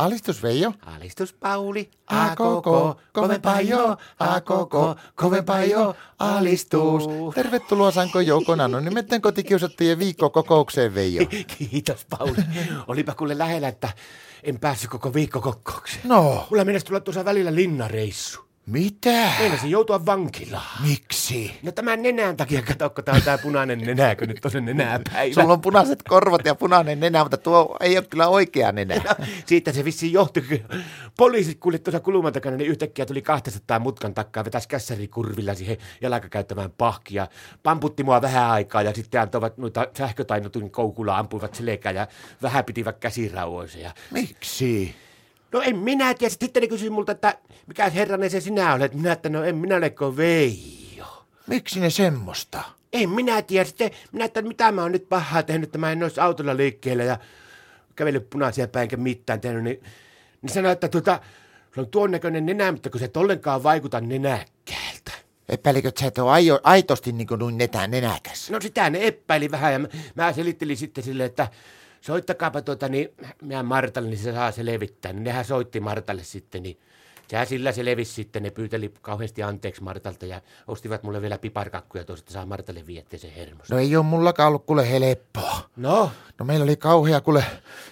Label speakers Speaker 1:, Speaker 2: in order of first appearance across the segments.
Speaker 1: Alistus Veijo.
Speaker 2: Alistus Pauli,
Speaker 1: A koko, kovempaa jo, a koko, kovempaa jo, alistus. Tervetuloa Sanko Joukon Anonymetten kotikiusattujen viikkokokoukseen Veijo.
Speaker 2: Kiitos Pauli. Olipa kuule lähellä, että en päässyt koko viikkokokoukseen.
Speaker 1: No,
Speaker 2: Mulla mennessä tulla tuossa välillä linnareissu.
Speaker 1: mitä?
Speaker 2: Meinasin joutua vankilaan.
Speaker 1: Miksi?
Speaker 2: No tämän nenän takia, kato, kun tää on tää punainen nenä, kun nyt on se nenäpäivä.
Speaker 1: Sulla on punaiset korvat ja punainen nenä, mutta tuo ei ole kyllä oikea nenä.
Speaker 2: Siitä se vissiin johtui. kun Poliisit kuuli tuossa kulman takana, niin yhtäkkiä tuli 200 mutkan takkaa, vetäisi kässärikurvilla siihen jalkakäyttämään pahkia. Pamputti mua vähän aikaa ja sitten antoivat noita sähkötainotun koukulla, ampuivat selkää ja vähän pitivät käsirauoissa. Ja...
Speaker 1: Miksi?
Speaker 2: No en minä tiedä. Sitten ne kysyi multa, että mikä herranen se sinä olet. Minä, että no en minä ole kuin Veijo.
Speaker 1: Miksi ne semmoista?
Speaker 2: En minä tiedä. Sitten minä, että mitä mä oon nyt pahaa tehnyt, että mä en olisi autolla liikkeellä ja kävellyt punaisia päin enkä mitään tehnyt. Niin, niin sanoi, että tuota, se on tuon näköinen nenä, mutta kun se et ollenkaan vaikuta nenäkkäältä.
Speaker 1: Epäilikö, että sä et ole aio, aitosti niin kuin nenäkäs?
Speaker 2: No sitä ne epäili vähän ja mä, mä selittelin sitten sille, että soittakaapa tuota, niin minä Martalle, niin se saa selvittää. Niin nehän soitti Martalle sitten, niin sehän sillä se levisi sitten. Ne pyyteli kauheasti anteeksi Martalta ja ostivat mulle vielä piparkakkuja tuossa, että saa Martalle viette se hermos.
Speaker 1: No ei ole mullakaan ollut kuule helppoa.
Speaker 2: No,
Speaker 1: No meillä oli kauhea kuule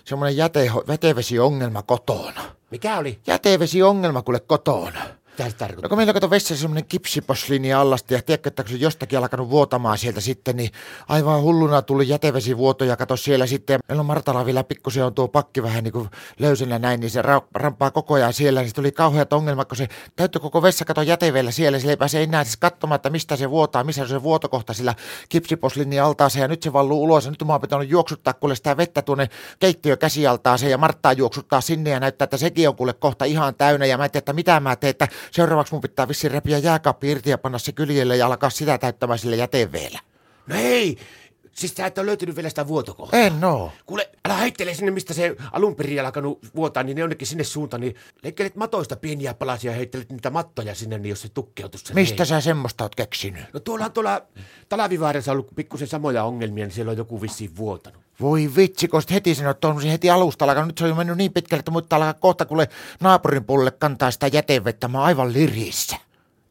Speaker 1: semmoinen jäteho- jätevesiongelma kotona.
Speaker 2: mikä oli?
Speaker 1: Jätevesiongelma kuule kotona.
Speaker 2: Mitä se tarkoittaa?
Speaker 1: No kun meillä kato vessassa semmoinen kipsiposliini allasti ja tiedätkö, että kun se jostakin alkanut vuotamaan sieltä sitten, niin aivan hulluna tuli jätevesivuoto ja kato siellä sitten. Ja meillä on Martala vielä pikkusen on tuo pakki vähän niin kuin löysänä näin, niin se ra- rampaa koko ajan siellä. Niin se tuli kauheat ongelmat, kun se täyttyi koko vessa kato jäteveellä siellä. Sillä ei pääse enää siis katsomaan, että mistä se vuotaa, missä on se vuotokohta sillä kipsiposliini altaaseen. Ja nyt se valluu ulos ja nyt mä oon pitänyt juoksuttaa kuule sitä vettä tuonne keittiökäsialtaaseen ja Marttaa juoksuttaa sinne ja näyttää, että sekin on kuule kohta ihan täynnä. Ja mä en tiedä, että mitä mä teen, että seuraavaksi mun pitää vissiin repiä jääkaappi irti ja panna se kyljelle ja alkaa sitä täyttämään sillä jäteveellä.
Speaker 2: No ei! Siis sä et ole löytynyt vielä sitä vuotokohtaa.
Speaker 1: En oo.
Speaker 2: Kuule, älä heittele sinne, mistä se alun perin alkanut vuotaa, niin ne jonnekin sinne suuntaan, niin leikkelet matoista pieniä palasia ja heittelet niitä mattoja sinne, niin jos se tukkeutus se
Speaker 1: Mistä sä semmoista oot keksinyt?
Speaker 2: No tuolla on tuolla Talavivaarassa ollut pikkusen samoja ongelmia, niin siellä on joku vissiin vuotanut.
Speaker 1: Voi vitsi, kun sit heti sanoit, että on se heti alusta alkanut. Nyt se on jo mennyt niin pitkälle, että mutta alkaa kohta kuule naapurin puolelle kantaa sitä jätevettä. Mä oon aivan lirissä.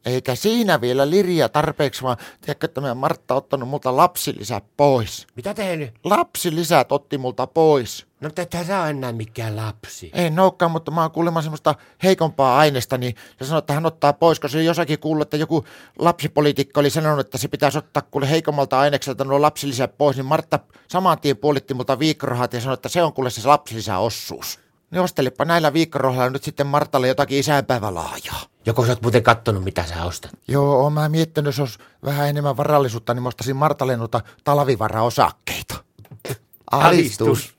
Speaker 1: Eikä siinä vielä liriä tarpeeksi, vaan tiedätkö, että meidän Martta on ottanut multa lapsilisät pois.
Speaker 2: Mitä tehnyt?
Speaker 1: Lapsilisät otti multa pois.
Speaker 2: No mutta ethän sä ole enää mikään lapsi.
Speaker 1: Ei noukaan, mutta mä oon kuulemma semmoista heikompaa aineesta, niin se sanoi, että hän ottaa pois, koska se jossakin kuullut, että joku lapsipoliitikko oli sanonut, että se pitäisi ottaa kuule heikommalta ainekselta nuo lapsilisät pois, niin Martta saman tien puolitti multa viikkorahat ja sanoi, että se on kuule se lapsilisäossuus. Niin ostelipa näillä viikkorahoilla nyt sitten Martalle jotakin isänpäivälaajaa.
Speaker 2: Joko sä oot muuten kattonut, mitä sä ostat?
Speaker 1: Joo, oon mä miettinyt, jos olisi vähän enemmän varallisuutta, niin mä ostaisin Martalle noita talvivaraosakkeita.
Speaker 2: Alistus.